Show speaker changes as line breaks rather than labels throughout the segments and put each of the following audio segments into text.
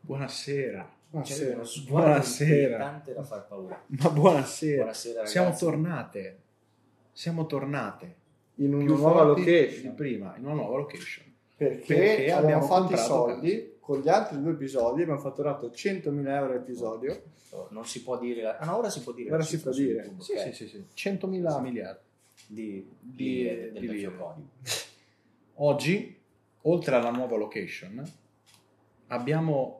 Buonasera.
C'è
Buonasera.
uno sguardo
Buonasera.
inquietante da far paura.
Ma buonasera.
Buonasera ragazzi.
Siamo tornate. Siamo tornate.
In una
Più
nuova
forti
location.
di prima, in una nuova location.
Perché,
Perché abbiamo
abbiamo fatto i
comprato
soldi con gli altri due episodi, abbiamo fatturato 100.000 euro episodio.
Oh, Non si può dire... la- Ah no, ora si può dire.
Ora
la
si
cifra
può
su
dire.
YouTube,
Sì,
ok? Esatto.
sì, sì, sì. 100.000 miliardi.
Di,
Di-
di, del
di
vecchio
lire.
codice.
Oggi, oltre alla nuova location, abbiamo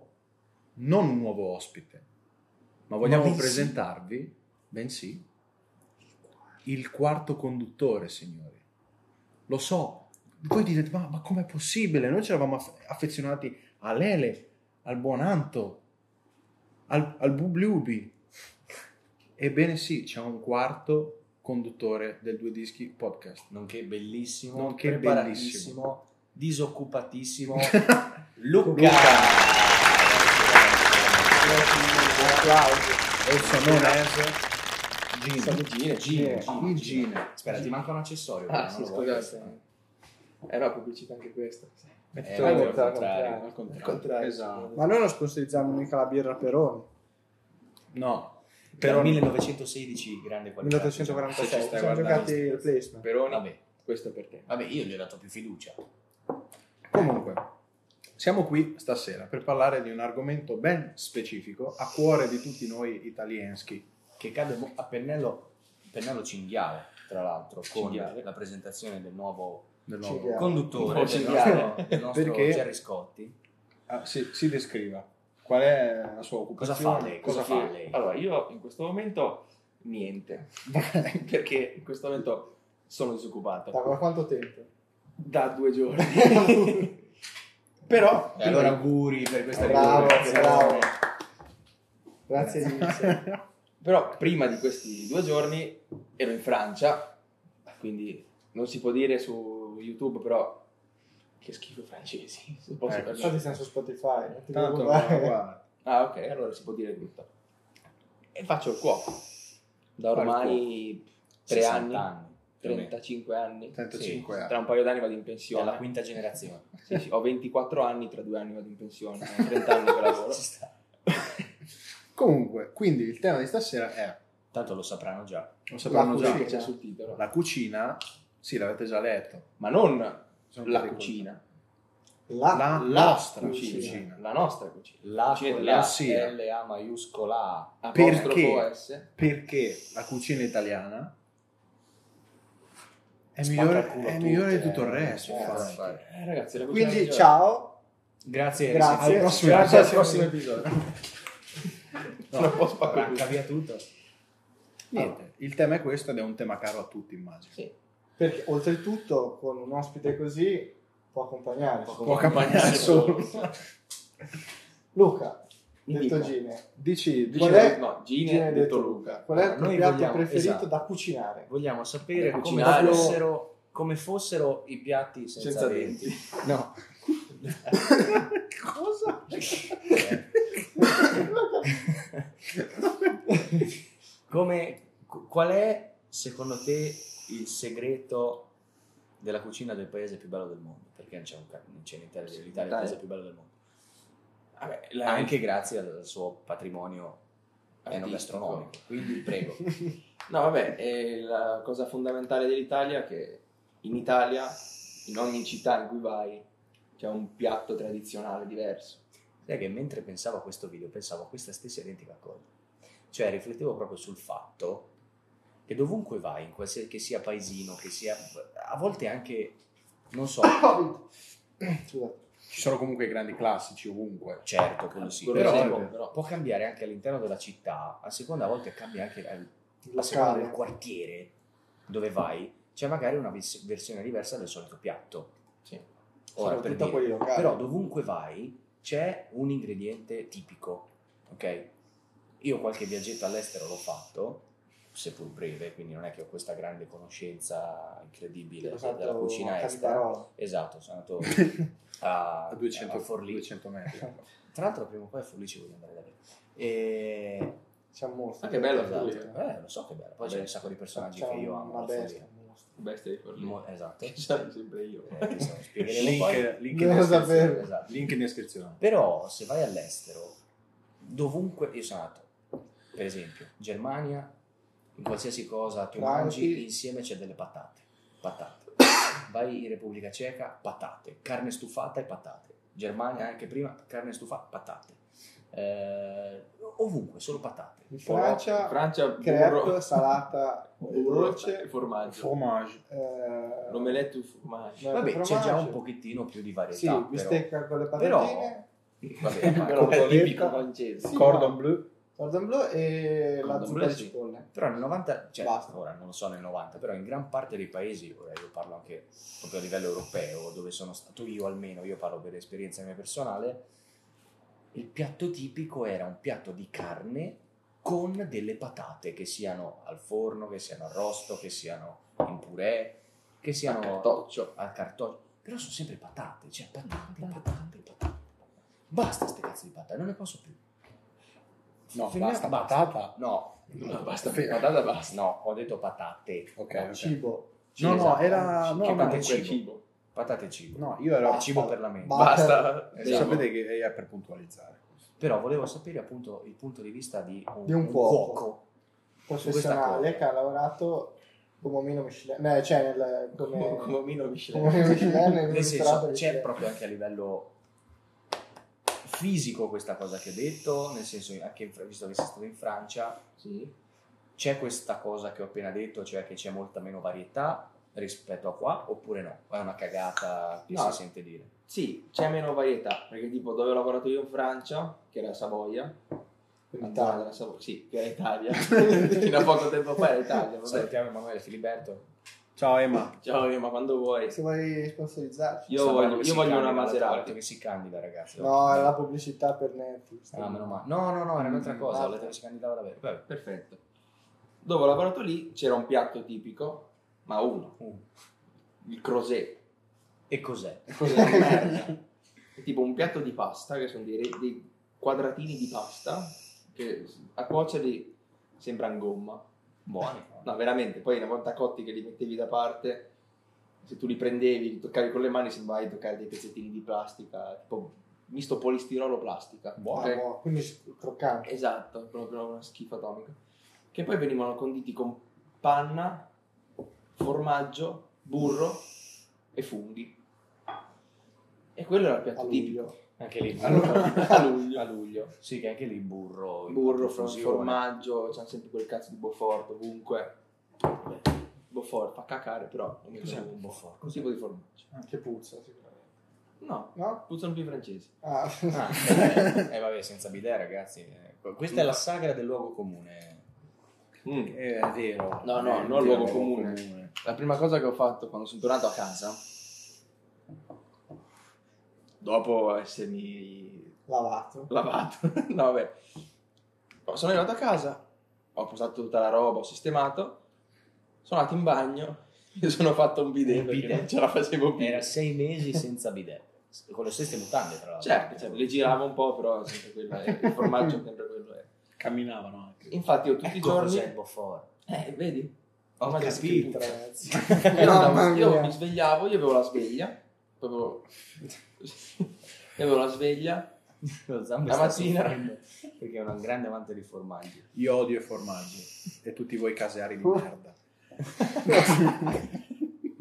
non un nuovo ospite, ma vogliamo
bensì.
presentarvi, bensì, il quarto conduttore, signori. Lo so, voi direte, ma, ma com'è possibile? Noi ci eravamo aff- affezionati a Lele, al buon Anto, al, al Bubliubi. Ebbene sì, c'è un quarto conduttore del Due Dischi Podcast.
Nonché bellissimo,
Nonché
preparatissimo,
bellissimo.
disoccupatissimo
Luca.
Luca.
Also known as
Sono
Gino.
Gine, Gine, Gine,
Il
Gine.
Gino.
Aspetta, ti manca un accessorio.
Ah,
però
sì,
non lo voglio.
scusate. Era pubblicità anche questa.
Eh,
Al
al
contrario,
contrario,
al
al contrario.
contrario.
Esatto.
Ma noi non sponsorizziamo mica la birra Peroni.
No,
Però
però
1916, grande qualità. Cioè,
1846.
Se ci
Ci
stai
siamo
guardando.
giocati il placement.
Peroni,
Vabbè,
questo è per te.
vabbè, io gli ho dato più fiducia.
comunque siamo qui stasera per parlare di un argomento ben specifico a cuore di tutti noi italienschi.
che cade mo- a pennello, pennello cinghiale, tra l'altro, con
Cinghiale.
la presentazione del nuovo
Del nuovo-
Cinghiale.
conduttore,
Oh,
del
cinghiale.
nostro, del nostro
Perché?
Gerry Scotti.
Ah, sì, si descriva. Qual è la sua
Cosa
occupazione?
fa lei? Cosa
Cosa
fa lei?
Allora, io in questo momento niente, perché in questo momento sono
Da
disoccupato.
da quanto tempo?
Da due giorni. Però,
E allora auguri per questa
Bravo,
ricostruzione.
bravo. Grazie mille.
fa?
però prima di questi due giorni ero in Francia, quindi non si può dire su YouTube, però che schifo i francesi. se posso
Ecco.
permettermi.
Infatti siamo su Spotify. non ti
Tanto
preoccupare.
guarda.
Ah, ok, allora si può dire tutto. E faccio il cuoco. Da
Fai il
ormai 3
60
anni,
più o meno.
35 anni.
35
Tra
anni.
un paio d'anni vado in
È la
pensione.
quinta generazione.
Sì, sì, ho 24 anni, tra due anni vado in pensione. Sono 30 anni che lavoro.
Ci sta.
Comunque, quindi il tema di stasera è,
Tanto lo sapranno già.
lo
La
sapranno
cucina
già,
che c'è sul titolo.
la cucina, sì, l'avete già letto.
Ma non
Sono
la
tutte
cucina,
La,
La,
la
nostra
cucina.
cucina.
la nostra cucina.
La
Cucina
con
di
la
Lassia.
LA maiuscola A.
Apostrofo
Perché?
S.
Perché la cucina italiana è
Spacca il
migliore,
culo
è
a
migliore di
tutte,
tutto il
eh,
resto.
eh,
infatti.
sì.
Eh, ragazzi, la cucina
Quindi
migliore.
ciao.
Grazie,
Grazie.
Al prossimo
Grazie, al
episodio.
prossimo episodio.
No, non posso fare
Arranca
questo.
via tutto.
Niente, il tema è questo ed è un tema caro a tutti, immagino.
Sì.
Perché oltretutto con un ospite così può accompagnare.
Può
insomma.
Può accompagnare solo.
Luca,
Mi
detto
dica.
Gine,
Dici, dici
Qual è?
No,
Gine,
Gine, detto, Luca.
qual è il
Allora,
tuo
noi
piatto
vogliamo-
preferito
esatto.
da cucinare?
Vogliamo sapere
Per
come
cucinare.
fossero, come fossero i piatti senza,
Senza
denti.
No. Cosa? Eh.
Come, qu- qual è, secondo te, il segreto della cucina del paese più bello del mondo? Perché non c'è, un, ca- non c'è in Italia, l'Italia
Sì,
è il
l'Italia.
paese più bello del mondo.
Vabbè, la-
Anche grazie al al suo patrimonio
Artistico.
enogastronomico. Quindi prego.
No, vabbè, è la cosa fondamentale dell'Italia è che in Italia, in ogni città in cui vai, c'è un piatto tradizionale diverso.
Sai che mentre pensavo a questo video pensavo a questa stessa identica cosa. Cioè riflettevo proprio sul fatto che dovunque vai, in qualsiasi, che sia paesino, che sia a volte anche, non so,
Scusate.
Ci sono comunque i grandi classici ovunque.
certo, quello sì,
Quello
però,
sì,
ecco,
però.
può cambiare anche all'interno della città, a seconda a volte cambia anche al- a seconda del
Locale.
quartiere dove vai, c'è magari una vis- versione diversa del solito piatto.
Sì.
Ora, per
Soprattutto
dire,
quelli locali.
però dovunque vai c'è un ingrediente tipico, ok? Io qualche viaggetto all'estero l'ho fatto, seppur breve, quindi non è che ho questa grande conoscenza incredibile
Ho fatto
della
a
cucina estera.
Cantarola.
Esatto, sono andato a,
A 200,
a Forlì.
200 metri.
Tra l'altro prima o poi a Forlì ci voglio andare davvero. E...
C'è un mostro.
Ah, che bello,
Esatto.
Forlì,
Eh, lo so che bello. Poi c'è un sacco di personaggi
C'è
che io
una
amo. la
bestia,
Forlì.
un mostro.
Bestia di Forlì.
Mo- esatto.
Ci sono sempre io.
Eh, insomma, spiegheremo poi.
Link, link, in
Non lo
descrizione.
sapevo.
Esatto.
Link in descrizione.
Però se vai all'estero, dovunque io sono andato, per esempio, Germania, in qualsiasi cosa tu
Franchi.
mangi, insieme c'è delle patate. Patate. Vai in Repubblica Ceca, patate. Carne stufata e patate. Germania anche prima, carne stufata, patate. Eh, ovunque, solo patate.
In
Poi-
Francia,
Francia, burro,
crepe, salata,
burro e
cioè,
dolce,
formaggio.
Fromage.
eh,
L'omelette e il formaggio.
no,
Vabbè, c'è già
formaggio.
un pochettino più di
Eh, Sì,
varietà. però.
bistecca con le
Però-
patatine,
Vabbè, ma-
Però
Cordon
quello
bleu.
tipico francese.
Sì,
Cordon
ma-
bleu.
cordon bleu e la
Cordon
zuppa
bleu,
di
sì.
cipolle.
Però nel 90, cioè
Basta.
ora non lo so nel 90, però in gran parte dei paesi, ora io parlo anche proprio a livello europeo, dove sono stato io almeno, io parlo per esperienza mia personale, il piatto tipico era un piatto di carne con delle patate, che siano al forno, che siano arrosto, che siano in purè, che siano
Cartoccio.
al cartone. Però sono sempre patate, cioè patate, patate, patate. Basta ste cazzo di patate, non ne posso più.
No,
Fermiamo-
basta, patata.
No,
No, basta,
Sì.
patata basta.
no, ho detto patate. cioè,
Ok,
No, Cibo.
Sì,
No, no,
esatto.
era...
Che
No, no,
patate
Anche quel
cibo.
cibo.
Patate e cibo.
no, io ero...
Il cibo per la mente.
Ba-
Basta.
Esatto.
Diciamo.
Sapete che è per puntualizzare.
Però volevo sapere appunto il punto di vista di un,
Di un
un
cuoco.
cuoco.
professionale che ha lavorato come omino Michelin, eh, cioè nel,
Come come
come,
omino
come
Michelin.
omino Michelin nel
Nel
ristorante
senso, c'è
Michelin.
proprio anche a livello fisico questa cosa che ho detto, nel senso anche in Fra- visto che sei stato in Francia,
Sì.
c'è questa cosa che ho appena detto, cioè che c'è molta meno varietà rispetto a qua, oppure no? È una cagata che
No.
si sente dire.
Sì, c'è meno varietà, perché tipo dove ho lavorato io in Francia, che era Savoia,
In
la zona
Italia.
della Savoia, sì, che era Italia, fino a poco tempo fa era Italia, vabbè.
Salutiamo Emanuele Filiberto.
Ciao Emma.
Ciao io, ma quando vuoi.
Se vuoi sponsorizzarci.
Io
Sta
voglio,
guardando che
io
si
voglio una
candida, l'ha detto
Maserati.
che si candida, ragazzi.
No, era la pubblicità per Netflix.
Certo. Ah, meno male. No, no, no, era un'altra
Mm,
cosa. Ho
altra.
letto che si candidava davvero. Vabbè.
Perfetto. Dove ho lavorato lì c'era un piatto tipico, ma uno,
Uh,
il crosé.
E cos'è?
Cos'è di merda? È tipo un piatto di pasta, che sono dei, re- dei quadratini di pasta, che a cuocerli sembrano gomma.
Buoni.
No, veramente, poi una volta cotti che li mettevi da parte, se tu li prendevi, li toccavi con le mani, sembrava di toccare dei pezzettini di plastica, tipo misto polistirolo plastica.
Ah,
Buono.
Ok?
boh, quindi s- croccante.
Esatto, proprio una schifa atomica. Che poi venivano conditi con panna, formaggio, burro e funghi. E quello era il
A
piatto tipico.
luglio.
Anche lì.
A luglio. A luglio. A luglio.
Sì, che anche lì burro. in
Burro,
profusione.
formaggio, c'hanno sempre quel cazzo di Beaufort ovunque. Beaufort fa cacare, però non mi
Cos'è
trovo
un Beaufort?
Un tipo di formaggio.
Che puzza, sicuramente.
No,
No?
puzzano più i francesi.
Ah.
Ah, eh, vabbè, senza bidè, ragazzi. Eh, Questa è la sagra del luogo comune. Mm.
Eh, È vero.
No, no,
Eh,
non
vero,
luogo comune. La prima cosa che ho fatto quando sono tornato a casa, dopo essermi
Lavato.
lavato, no, vabbè, Oh, sono arrivato a casa, ho postato tutta la roba, ho sistemato, sono andato in bagno, mi sono fatto un bidet
Un
perché
bidet.
non ce la facevo più.
Era sei mesi senza bidè. Con le stesse mutande, tra l'altro.
Certo, certo, le giravo un po', però sempre quello era, il formaggio sempre quello era.
Camminavano anche.
Infatti io tutti
Ecco
i giorni...
cos'è il Beaufort.
Eh, vedi?
Ho
Ma che
capito.
schifo.
Ragazzi.
Io, andavo-
Mamma
io
mia.
mi svegliavo, io avevo la sveglia, proprio... io avevo la sveglia,
Lo zambo
La
sta
mattina.
soffrendo, Perché è un grande amante di formaggi.
Io odio i formaggi e tutti voi caseari di
Uh.
merda.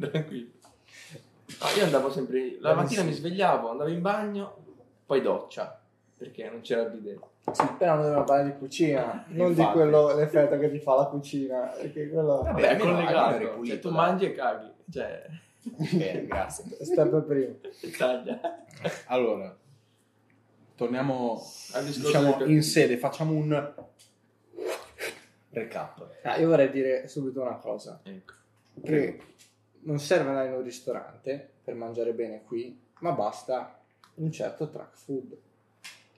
tranquillo. No, io andavo sempre... La
Dai,
mattina
sì.
mi svegliavo, andavo in bagno, poi doccia, perché non c'era il bidet.
Sì, però noi dobbiamo parlare di cucina, non di
Infatti.
quello l'effetto che ti fa la cucina, perché quello
Vabbè, è
almeno- almeno eri
collegato,
pulito,
cioè, tu
dai.
mangi e caghi, cioè...
Bene, grazie.
sta per primo.
Taglia.
Allora, torniamo
Al discorso
diciamo
del-
in sede, facciamo un
Recap.
Ah, io vorrei dire subito una cosa.
Ecco.
che non serve andare in un ristorante per mangiare bene qui, ma basta un certo track food.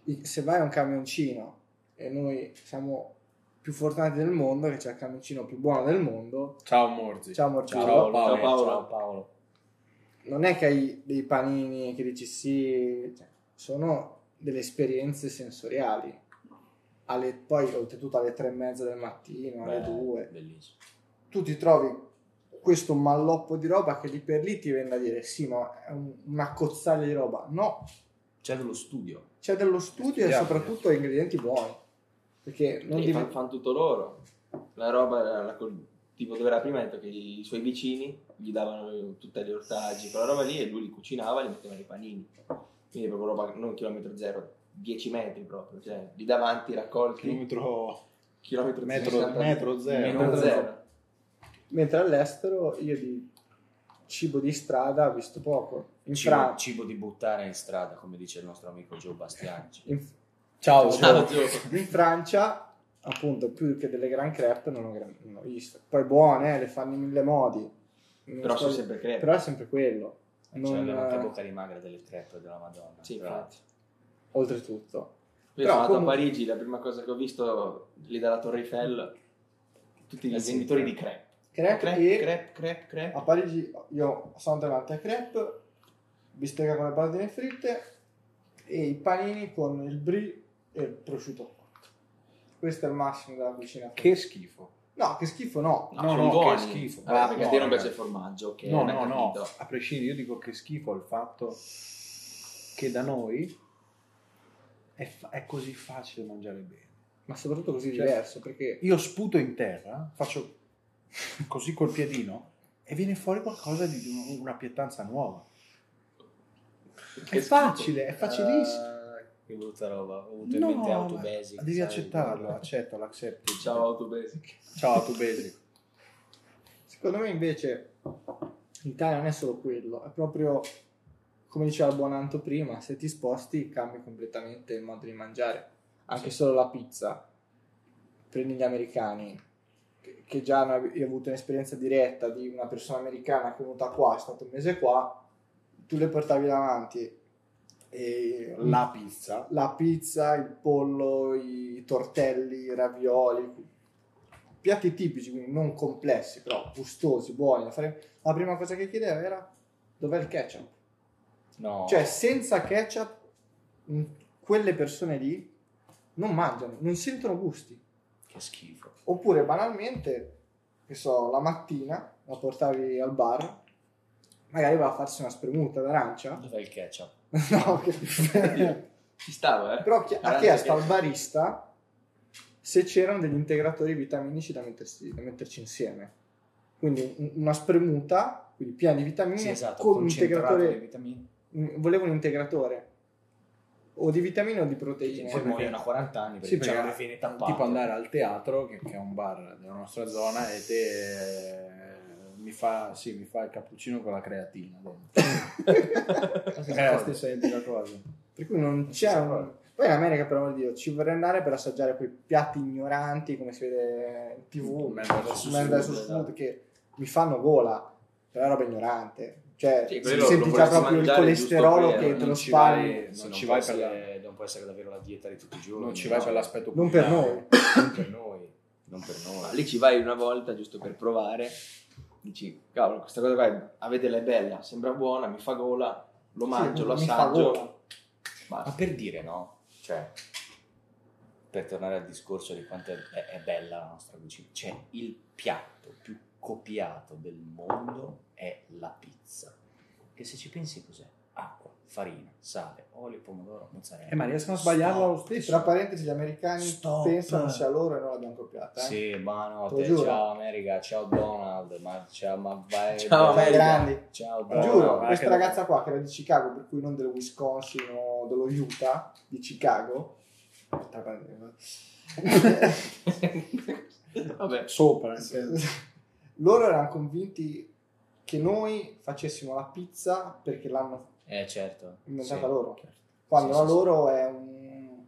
I- Se vai a un camioncino e noi siamo più fortunati del mondo, che c'è il camioncino più buono del mondo, diciamo,
ciao Morzi.
Ciao, Morzi.
Ciao,
Paolo.
Paolo.
Ciao, Paolo.
Ciao Paolo.
non è che hai dei panini che dici sì, cioè, sono delle esperienze sensoriali. Alle- poi oltretutto alle tre e mezza del mattino, alle
Beh,
due,
Bellissimo.
tu ti trovi questo malloppo di roba che lì per lì ti viene a dire sì, ma è un- una cozzaglia di roba. No,
C'è dello studio.
c'è dello studio e
Studiamo.
soprattutto ingredienti buoni. Perché non
Quindi
diventa...
fanno tutto loro. La roba era la col- tipo dove era prima ha detto che i suoi vicini gli davano tutti gli ortaggi, quella roba lì e lui li cucinava e li metteva nei panini. Quindi è proprio roba non chilometro zero, 10 metri proprio, cioè lì davanti raccolti chilometro,
Chilometro metro-
zero,
metro zero.
Metro zero.
Mentre all'estero io di cibo di strada ho visto poco. In
Cibo,
Francia.
cibo di buttare in strada, come dice il nostro amico Joe Bastianci.
in-
Ciao,
Ciao,
ciao.
Gio.
in Francia appunto più che delle gran crepe non ho, gran- non ho visto poi buone eh, le fanno in mille modi Non
Però
so-
sono sempre crepe.
però è sempre quello Non- eh,
Cioè, la che bocca di magra delle crepe della Madonna.
Sì,
Tra-
infatti.
oltretutto
Io
Però
sono andato
comunque-
a Parigi, la prima cosa che ho visto lì dalla Torre Eiffel, tutti
Eh
i
sì.
venditori di crepe.
crepe,
Crepe,
e-
crepe, crepe, crepe.
a Parigi io sono davanti a crepe bistecca con le patatine fritte e i panini con il brie e il prosciutto cotto questo è il massimo della cucina
Che schifo.
no che schifo no
Ah, No,
sono
no, che
buoni.
schifo.
Vabbè,
Ah,
perché
no,
a te non
ragazzi.
piace il formaggio, ok?
No,
l'hai
no, no,
capito.
a prescindere, io dico che schifo il fatto che da noi è, fa- è così facile mangiare bene.
ma soprattutto così
Cioè-
diverso perché
Io sputo in terra, faccio così col piedino e viene fuori qualcosa di di una pietanza nuova.
Che
è
schifo.
facile, è facilissimo.
Ah, che brutta roba. Ho avuto in mente
ma
Eh, autobasic.
Devi
sai,
accettarlo,
quello.
accettalo, accetti.
Ciao Autobasic.
Ciao, tu basic.
Secondo me invece l'Italia non è solo quello, è proprio come diceva il buon Anto prima, se ti sposti cambi completamente il modo di mangiare, anche solo la pizza. Prendi gli americani, che- che già hanno- io ho avuto un'esperienza diretta di una persona americana che è venuta qua, è stato un mese qua, tu le portavi davanti e
La pizza.
la pizza, il pollo, i tortelli, i ravioli, piatti tipici, quindi non complessi, però gustosi, buoni. da fare. La prima cosa che chiedeva era dov'è il ketchup?
No.
Cioè, senza ketchup, mh, quelle persone lì non mangiano, non sentono gusti.
Che schifo.
Oppure banalmente, che so, la mattina la portavi al bar, magari va a farsi una spremuta d'arancia.
Dov'è il ketchup?
no, che...
Ci stava, eh?
Però chi- ha
Guarda
chiesto
che-
al barista se c'erano degli integratori vitaminici da mettersi- da metterci insieme. Quindi un- una spremuta, quindi piena di vitamine,
Sì, esatto,
con un
concentrato di
Eh, integratore.
vitamine.
mm, Volevo un integratore o di vitamine o di proteine.
Poi muoiono a 40 anni perché
Sì, perché
c'hanno le vene tappate.
Tipo andare al teatro, che, che è un bar della nostra zona, e te eh, mi, fa, sì, mi fa il cappuccino con la creatina. dentro. è la stessa identica cosa.
per cui non c'è un... Poi in America, per amor di Dio, ci vorrei andare per assaggiare quei piatti ignoranti, come si vede in tv,
Man vs.
su Man vs.
Food,
Food, che mi fanno gola, però è roba ignorante. Cioè,
Sì,
si
quello
senti
lo
già
vorresti
proprio il
mangiare
colesterolo
giusto per-
che te
non
lo
ci
spari.
vai-
Se
non ci vai per la-
essere- non può essere davvero la dieta di tutti i giorni.
Non ci vai
no?
per l'aspetto
Non per
culinario.
Non per noi. Non per
Ma
noi.
Lì ci vai una volta giusto per provare, dici, cavolo, questa cosa qua è, a vederla è bella, sembra buona, mi fa gola, lo mangio,
Sì,
lo
mi fa
assaggio.
gola.
Ma
Basta.
per dire, no? Cioè, per tornare al discorso di quanto è, è- è bella la nostra cucina, cioè il piatto più copiato del mondo è la pizza. Che se ci pensi cos'è? Acqua, farina, sale, olio, pomodoro, mozzarella.
Eh, ma riescono a sbagliarla lo
Sì,
stesso.
Tra parentesi, gli americani
Stop.
pensano sia loro e non l'abbiamo copiata. eh.
Sì, ma no,
Te lo
te-
giuro.
ciao America, ciao Donald, ma, ciao, ma vai.
Ciao,
Sono
America.
grandi.
Ciao
Ti
No,
Donald.
giuro,
no, ma
questa
che-
ragazza qua che era di Chicago, per cui non dello Wisconsin o dello Utah, di Chicago. tra parentesi,
Vabbè,
Sopra.
eh. loro erano convinti che noi facessimo la pizza perché l'hanno
Eh certo.
Inventata loro.
certo.
quando
Sì,
la
sì,
loro è un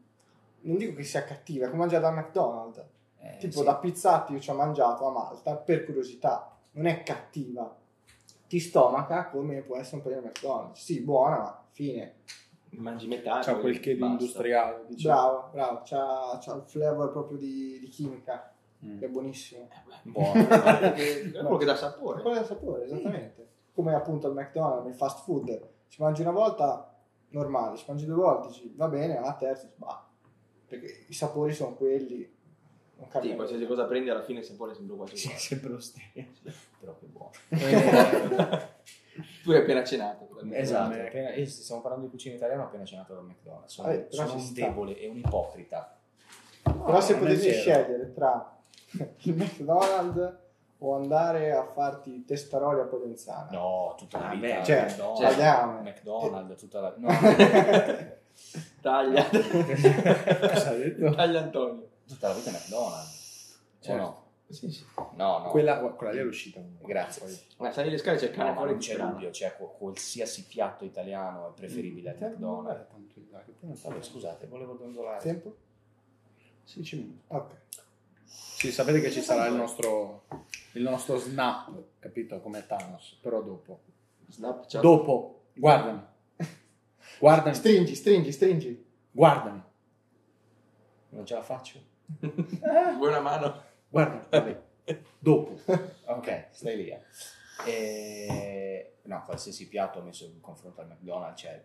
non dico che sia cattiva, è come mangiare da McDonald's.
Eh,
tipo
sì.
da pizzati io ci ho mangiato a Malta per curiosità non è cattiva ti stomaca come può essere un po' di McDonald's sì buona ma fine
mangi metà.
C'ha
poi
quel che di
basta.
industriale. Diciamo.
bravo bravo c'ha, c'ha il flavor proprio di, di chimica
Mm.
che è buonissimo
Eh, beh,
Buono.
guarda che- è quello che dà sapore.
quello del sapore esattamente come appunto il McDonald's il fast food ci mangi una volta normale ci mangi due volte ci va bene alla terza bah, perché i sapori sono quelli Non
Sì,
cambia
qualsiasi
nulla.
cosa prendi alla fine sapore sembra quasi
Sì, è
uguale.
sempre lo stesso. Però che buono.
Eh,
tu hai appena cenato.
Esatto,
Mac.
appena- io stiamo parlando di cucina italiana, ho appena cenato da McDonald's. Sono,
Eh, però
sono
ci
un
sta.
debole e un ipocrita.
Però se
non è
potessi
vero.
scegliere tra il McDonald's o andare a farti testaroli a Podenzana.
No, tutta la
Ah,
vita.
beh,
cioè,
McDonald's,
cioè,
andiamo.
McDonald's, tutta la no,
Taglia.
Cosa ha detto?
Taglia Antonio.
tutta la vita McDonald's. O
Certo.
no?
Sì, sì.
No, no.
Quella, oh, quella lì è l'uscita. comunque.
Grazie.
Poi-
Ma Eh, sali le scale c'è il cane
No, ma
fuori
non
di
c'è
strada.
dubbio, cioè qu- qualsiasi piatto italiano è preferibile al
Certo.
Te- non
McDonald's.
era tanto il là, che poi non so.
Vabbè, scusate, volevo dondolare.
Tempo?
16 minuti.
Ok.
Sì, sapete che ci sarà il nostro, il nostro snap, capito? Come Thanos, però dopo.
Snapchat.
Dopo, guardami. Guardami,
Stringi, stringi, stringi.
guardami.
Non ce la faccio.
Vuoi una mano?
Guardami, vabbè. Dopo.
Ok, stai lì. eh. E... No, qualsiasi piatto messo in confronto al McDonald's, cioè,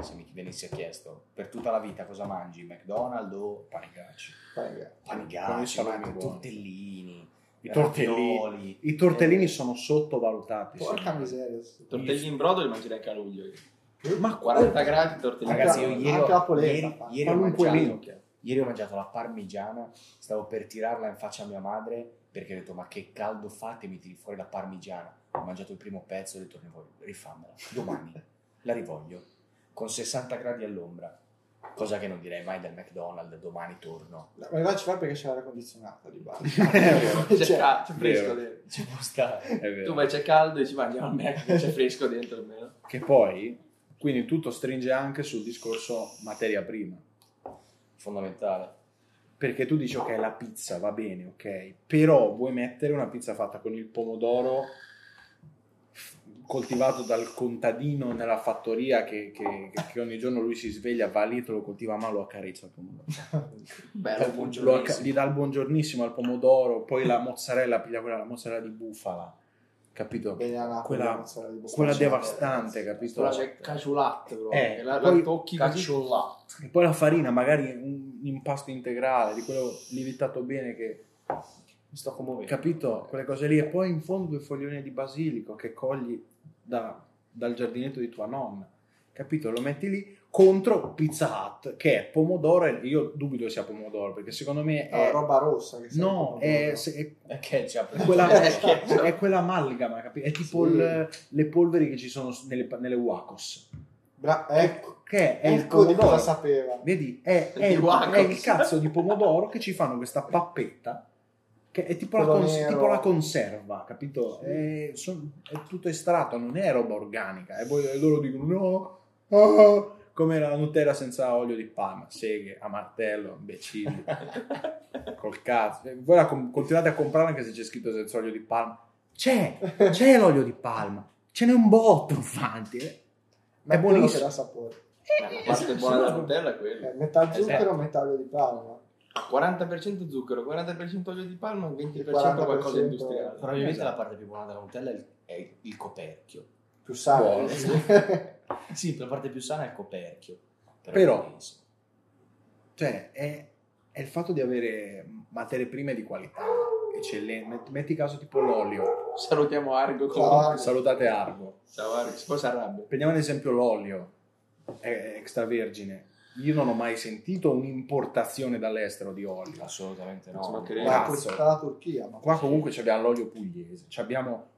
se mi venisse chiesto per tutta la vita cosa mangi, McDonald's o panigacci?
Venga.
Con i
Panigacci,
salami
ma anche
buoni.
eh, tortellini,
I tortellini,
ravioli,
i tortellini sono sottovalutati.
Porca
secondo me.
miseria.
Tortellini in brodo li mangerei anche a luglio. io.
Ma
40 gradi tortellini.
Ragazzi,
in
io
brodo.
ieri,
Anche la polenta,
ieri,
fa.
ieri ho
qualunque
mangiato,
minchia.
ieri ho mangiato la parmigiana, stavo per tirarla in faccia a mia madre perché ho detto ma che caldo fate, mi tiri fuori la parmigiana. Ho mangiato il primo pezzo e ho detto ne voglio, rifammela, domani la rivoglio, con 60 gradi all'ombra, cosa che non direi mai del McDonald's, domani torno.
Ma là ci fa perché c'è l'aria condizionata di base.
C'è,
Cioè,
ca- c'è
vero.
fresco dentro.
Ci può stare.
È vero.
Tu vai c'è caldo e ci mangiamo al Mac, c'è fresco dentro almeno.
Che poi, quindi tutto stringe anche sul discorso materia prima.
Fondamentale.
Perché tu dici, ok, la pizza va bene, ok, però vuoi mettere una pizza fatta con il pomodoro f- coltivato dal contadino nella fattoria che, che- che ogni giorno lui si sveglia, va lì, te lo coltiva, ma lo accarezza il pomodoro.
Bello,
Lo
buongiorno.
acca- gli dà il buongiornissimo al pomodoro, poi la mozzarella, piglia quella la mozzarella di bufala, capito?
Bene a Napoli,
Quella-
non so, di Boston.
Quella
C'è-
devastante, capito?
Però c'è cacciolat, bro.
Eh,
che la, la
poi
tocchi
cacciolat.
E poi la farina, magari un impasto integrale, di quello lievitato bene, che,
Mi sto commuovendo.
capito? Quelle cose lì. E poi in fondo due foglioni di basilico che cogli da- dal giardinetto di tua nonna, capito? Lo metti lì contro Pizza Hut, che è pomodoro, e io dubito sia pomodoro, perché secondo me
No,
è...
roba rossa. Che
no, Ah, è,
sì.
se- è-
Perché ci ha
è
preso?
quella,
Eh,
è, quell'amalgama, capito? È tipo
certo. Sì.
il- le polveri che ci sono s- nelle, pa- nelle Wacos.
Bra- ecco.
Che è il
Ecco di cosa
pomodoro.
sapeva.
Vedi, è, è-
Di Wacos.
è il cazzo di pomodoro che ci fanno questa pappetta che è tipo, la,
Quello
cons-
nero.
tipo la conserva, capito?
Sì.
È, son- è tutto estratto, non è roba organica. E poi loro dicono no, ah", come la Nutella senza olio di palma, seghe, a martello, imbecilli, col cazzo. E Voi la com- continuate a comprare anche se c'è scritto senza olio di palma. C'è, c'è l'olio di palma, ce n'è un botto, infanti. eh.
Ma
È
è buono che
buonissimo.
dà sapore.
La parte buona della Nutella è quella.
Eh, metà
Esatto.
zucchero, metà olio di palma.
40% zucchero, 40% olio di palma, 20%
40%
qualcosa industriale.
Probabilmente
Esatto.
la parte più buona della Nutella è il, è il coperchio.
Più sale.
Buono.
Sì, la parte più sana è il coperchio.
Però-
è buonissimo.
cioè è, è il fatto di avere materie prime di qualità eccellente Met- metti caso tipo l'olio
Salutiamo Argo.
Ciao.
salutate Argo
Ciao Argo, si poi si arrabbia.
prendiamo ad esempio l'olio è extravergine io non ho mai sentito un'importazione dall'estero di olio
Assolutamente
Ci
no.
mancherebbe.
Dalla
Cazzo.
Tur- dalla Turchia. Ma
qua comunque abbiamo l'olio pugliese abbiamo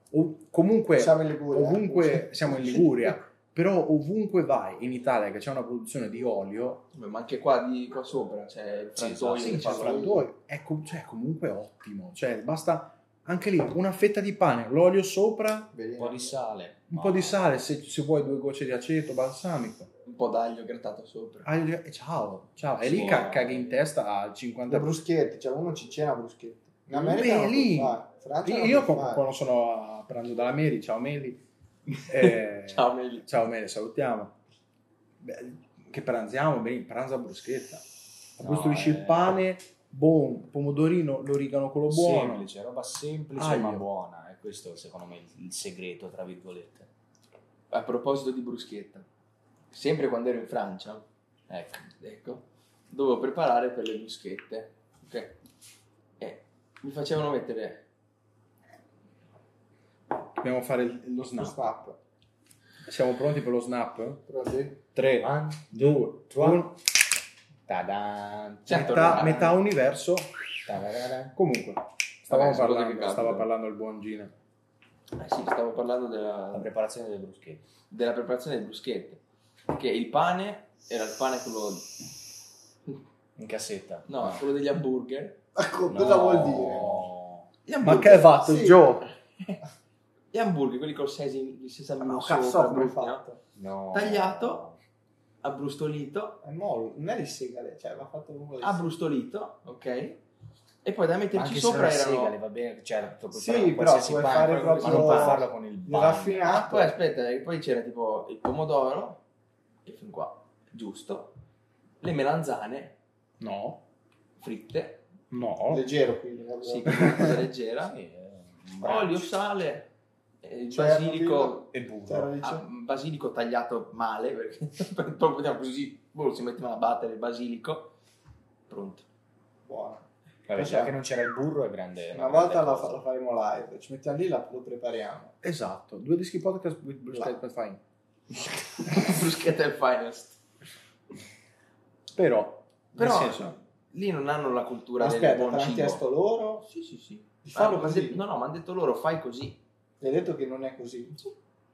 comunque
siamo in Liguria. eh.
ovunque siamo in Liguria però ovunque vai in Italia che c'è una produzione di olio
Beh, Ma anche qua, di, qua sopra c'è il
Sì,
frantoio.
Sì,
che
c'è
fa
il
la-
frantoio. È com- cioè, comunque ottimo. Cioè, basta anche lì una fetta di pane, l'olio sopra,
Un po' di sale.
un po' di sale, se, se vuoi due gocce di aceto balsamico.
Un po' d'aglio grattato sopra.
Aglio- e ciao, ciao. E
Sì.
lì ca- caghi in testa a
Le
50
bruschette, cioè uno ci cena bruschette. In America
Beh,
non
lì-
puoi fare. In Francia
Io,
non
io
puoi
com-
fare.
quando sono a pranzo dalla Meli, ciao Meli. eh,
Ciao Meli.
ciao Meli, salutiamo. Beh, che pranziamo? Beh, pranzo a bruschetta. Costruisci
eh.
il pane, boom, pomodorino, l'origano quello buono.
Semplice, roba semplice
Aglio.
ma buona. E questo è secondo me il- il segreto, tra virgolette.
A proposito di bruschetta, sempre quando ero in Francia, ecco, ecco, dovevo preparare per le bruschette, ok? E Mi facevano mettere
Dobbiamo fare il- lo
Lo
snap.
snap.
Siamo pronti per lo snap?
Pronti?
3,
One,
2,
two,
1.
ta-dan,
Metà,
tornare.
metà universo.
ta-da-da-da.
Comunque, stavamo
Vabbè, scusa che
parlando,
capita.
stava parlando il buon Gina.
Eh sì, stavo parlando
La
della,
preparazione delle bruschette.
della preparazione del bruschetto. Che il pane era il pane quello.
In cassetta. Ah.
No, quello degli hamburger.
Ecco,
No.
cosa vuol dire?
Gli
Ma
hamburger,
che hai fatto,
Sì.
Joe?
gli hamburger quelli col sesame, il
Ma
sesamino
un
sopra,
cazzo come è
brutti, no?
fatto?
No.
Tagliato. abbrustolito,
È mollo, non è di segale, cioè va fatto lungo di
Ah,
segale.
abbrustolito, ok? E poi da metterci
Anche
sopra
sopra se era segale,
erano...
va bene, certo, puoi
Sì,
fare con
però
qualsiasi
puoi
pane,
fare
però- ma
proprio
non puoi farlo con il pane.
raffinato.
Ah, poi aspetta, eh, poi c'era tipo il pomodoro, che fin qua, giusto, le melanzane
No,
fritte,
no.
Leggero quindi. vabbè.
sì, quindi una cosa leggera,
Sì, eh, un braccio.
olio, sale, eh, il
Cioè,
basilico,
e
C'era
burro.
lì,
ah, basilico tagliato male, perché proprio diciamo così, boh, si mettevano a battere il basilico, pronto.
buona.
Vabbè,
Cioè,
già che non c'era il burro è grande.
Una volta
grande
la,
cosa.
fa- la faremo live, ci mettiamo lì la- lo prepariamo.
Esatto, due dischi podcast with Bruschetta and Fine.
Bruschetta e finest.
Però,
Però-
nel senso,
Lì non hanno la cultura
Aspetta,
del
te
buon
l'hanno
cibo.
chiesto loro?
Sì, sì, sì.
Di farlo
Ah, m'han
così?
detto- no, no, mi hanno detto loro, fai così.
Ti hai detto che non è così?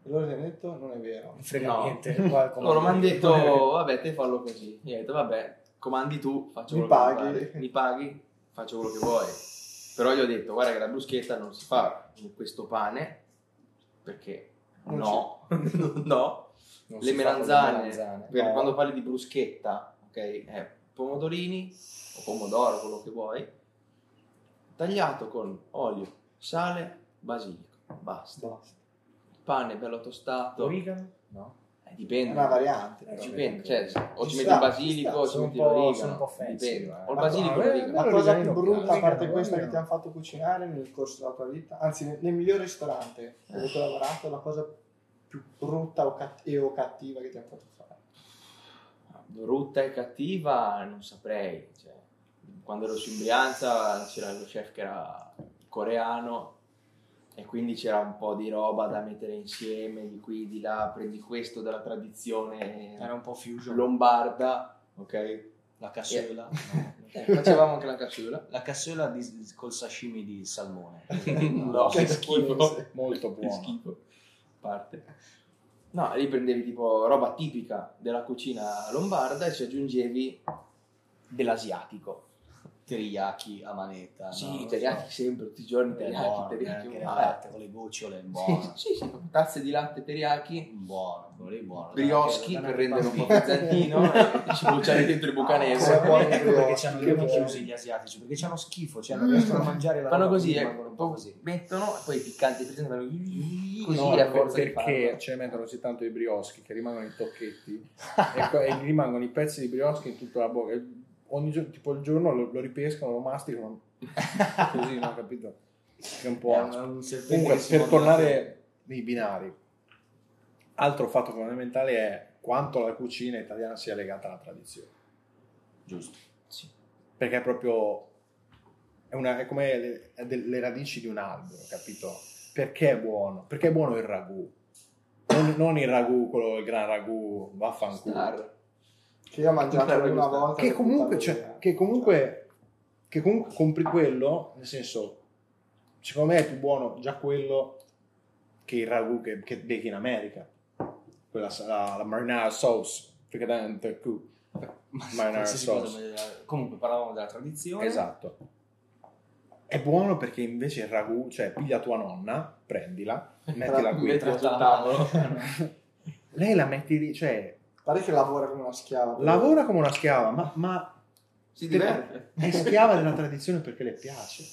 E loro ti hanno detto non è vero.
Non frega
No.
niente.
Loro mi hanno detto, vabbè, te fallo così. Io ho detto, vabbè, comandi tu, faccio
Mi
quello che
paghi.
mi pare. Mi paghi, faccio quello che vuoi. Però gli ho detto, guarda che la bruschetta non si fa con questo pane, perché
Non
no, no.
Non
Le
si fa con
melanzane, perché
No.
quando parli di bruschetta, ok, è pomodorini o pomodoro, quello che vuoi, tagliato con olio, sale, basilico, basta.
Basta.
Pane bello tostato,
Origano? No.
eh,
È
dipende.
una variante.
Eh,
però.
Ci dipende, cioè, o
Ci
ci metti
sta,
il
ci sta,
basilico o ci
sono
metti
un po'-
l'origano,
sono un po' offensive,
dipende.
eh.
O il
Ma-
basilico o
ma-
l'origano.
La cosa più
Origano,
brutta, a parte
origano,
questa che
origano.
ti hanno fatto cucinare nel corso della tua vita, anzi nel, nel miglior ristorante dove tu hai lavorato, la cosa più brutta o cat- e o cattiva che ti hanno fatto fare.
Brutta e cattiva non saprei, cioè, quando ero su in Brianza c'era lo chef che era coreano e quindi c'era un po' di roba da mettere insieme, di qui, di là, prendi questo dalla tradizione
Era un po' fusion.
lombarda, ok?
La cassola.
Eh, facevamo anche la cassola.
La cassola di- col sashimi di salmone.
No,
che
che schifo.
schifo.
molto
Che
buono.
schifo. Parte. No, lì prendevi tipo roba tipica della cucina lombarda e ci aggiungevi dell'asiatico.
Teriyaki a manetta.
Sì,
no?
teriyaki sempre, tutti i giorni
È
teriyaki,
buono,
teriyaki.
anche le
Ah,
latte con le gocciole, è
Sì,
buono.
sì, sì, tazze di latte teriyaki,
Buono, quello lì è buono.
brioschi
Dai,
per
dai,
rendere un po'
dai.
pizzantino e ci bruciare dentro il
Ah,
bucanese.
come buoni
ecco perché
brioschi,
ci hanno
che
gli occhi
buoni.
chiusi gli asiatici, perché c'hanno schifo, cioè non riescono a mangiare la
Mm. Fanno
roba,
così,
quindi
eh,
rimangono un po' così.
mettono e poi i piccanti presenti fanno così eh,
No,
a forza di
perché
farlo.
ce ne mettono così tanto i brioschi che rimangono i tocchetti e, co- e gli rimangono i pezzi di brioschi in tutta la bocca. E Ogni giorno, tipo il giorno lo, lo ripescano, lo masticano così, no, capito? Che è un
Eh,
po'
È
aspro.
un serpente
Comunque,
che si
per
morde la coda.
tornare nei binari, altro fatto fondamentale è quanto la cucina italiana sia legata alla tradizione.
Giusto. Sì.
perché è proprio è, una- è come le, è de- le radici di un albero, capito? Perché è buono? Perché è buono il ragù? Non, non il ragù, quello il gran ragù, vaffanculo.
Star.
Che io ho mangiato
Guarda,
una
guarda.
volta.
Che
per
comunque,
buttarlo
cioè,
via.
che comunque, che comunque compri quello, nel senso, secondo me è più buono già quello che il ragù che, che becchi in America. Quella, sa- la, la marinara sauce, perché tanto è cu- Marinara
Qualsiasi
sauce.
cosa- Comunque parlavamo della tradizione.
Esatto. È buono perché invece il ragù, cioè piglia tua nonna, prendila, mettila qui.
Mettila sul
la-
tavolo.
Lei la metti lì, cioè
Pare che lavora come una schiava.
lavora come una schiava, ma, ma
Si diverte.
è schiava della tradizione perché le piace.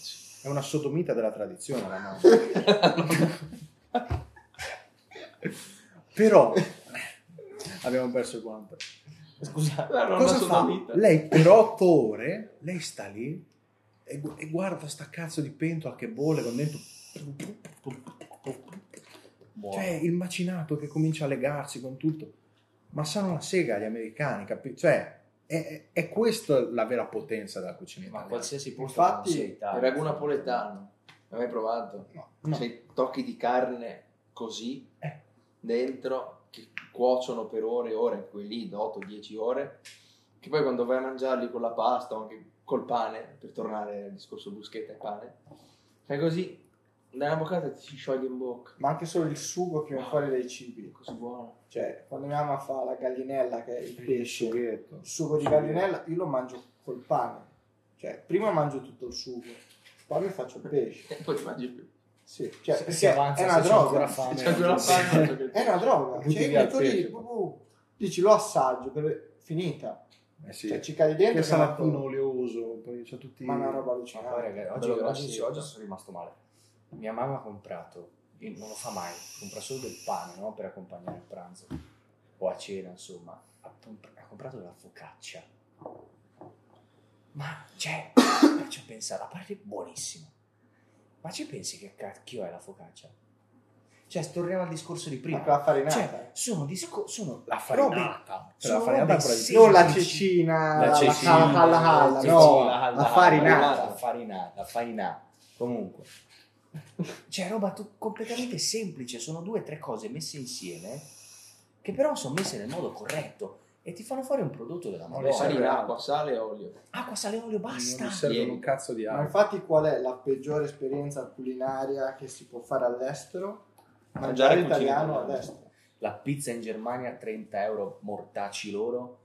È una sodomita della tradizione la nonna. Però abbiamo perso il guanto.
Scusa,
La nonna
Cosa fa?
sodomita.
Lei per otto ore, lei sta lì e, gu- e guarda sta cazzo di pentola che bolle con dentro
buono.
Cioè, il macinato che comincia a legarsi con tutto. Ma sanno la sega gli americani, capi- Cioè, È, è questa la vera potenza della cucina
Ma
italiana.
qualsiasi posto
Infatti,
dove sei Italia,
il ragù napoletano. Non hai mai provato?
No.
No.
Cioè, tocchi di carne così
Eh.
dentro che cuociono per ore e ore, quelli 8-10 ore, che poi quando vai a mangiarli con la pasta o anche col pane, per tornare al discorso bruschetta e pane, fai così, dai una boccata e ti si scioglie in bocca.
Ma anche solo il sugo che viene fuori dai cibi.
Così buono.
Cioè, quando mia mamma fa la gallinella, che è il pesce, il
Sughetto.
sugo di gallinella, io lo mangio col pane. Cioè, prima mangio tutto il sugo, poi mi faccio il pesce.
E poi ti mangi più.
Sì, cioè,
Se-
perché
se avanza,
è
se
una
c'è ancora
droga.
fame,
C'è anche una panna, so che-
È una droga.
Butti
Cioè, io
via il
metto lì,
pesce.
bu- bu- dici lo assaggio, per- finita.
Eh sì.
Cioè, ci cadi
Che
dentro e non
salatino
torni.
oleoso, poi c'è tutti...
Ma è una roba
Ma Cioè, poi,
allucinante.
ragazzi, oggi,
Bello
oggi,
grassetta.
oggi sono rimasto male. Mia mamma ha comprato, io non lo fa mai, compra solo del pane no? per accompagnare il pranzo o a cena, insomma. Ha, comp- ha comprato della focaccia. Ma cioè, io ci ho pensato, a parte buonissimo. Ma ci pensi che cacchio è la focaccia? Cioè, torniamo al discorso di
Ma
prima.
con la farinata.
Cioè, sono disco- sono
La farinata. Cioè, la
Sono
farinata
robe
è bravissima.
semplici.
non la cecina,
La
la,
cecina,
cecina, la halla,
Sì,
no,
sì,
la,
halla,
farinata.
la farinata, la farinata. Comunque, c'è roba tu- completamente semplice. Sono due o tre cose messe insieme che però sono messe nel modo corretto e ti fanno fare un prodotto della
Non
Le
sai.
eh,
madonna.
farine, acqua, sale e olio.
Acqua, sale, olio,
Non
basta.
mi serve
Ieri.
un cazzo di
Ma
acqua.
infatti qual è la peggiore esperienza culinaria che si può fare all'estero? Mangiare
Mangiare cucina
italiano
italiana.
all'estero.
La pizza in Germania 30 euro, mortacci loro.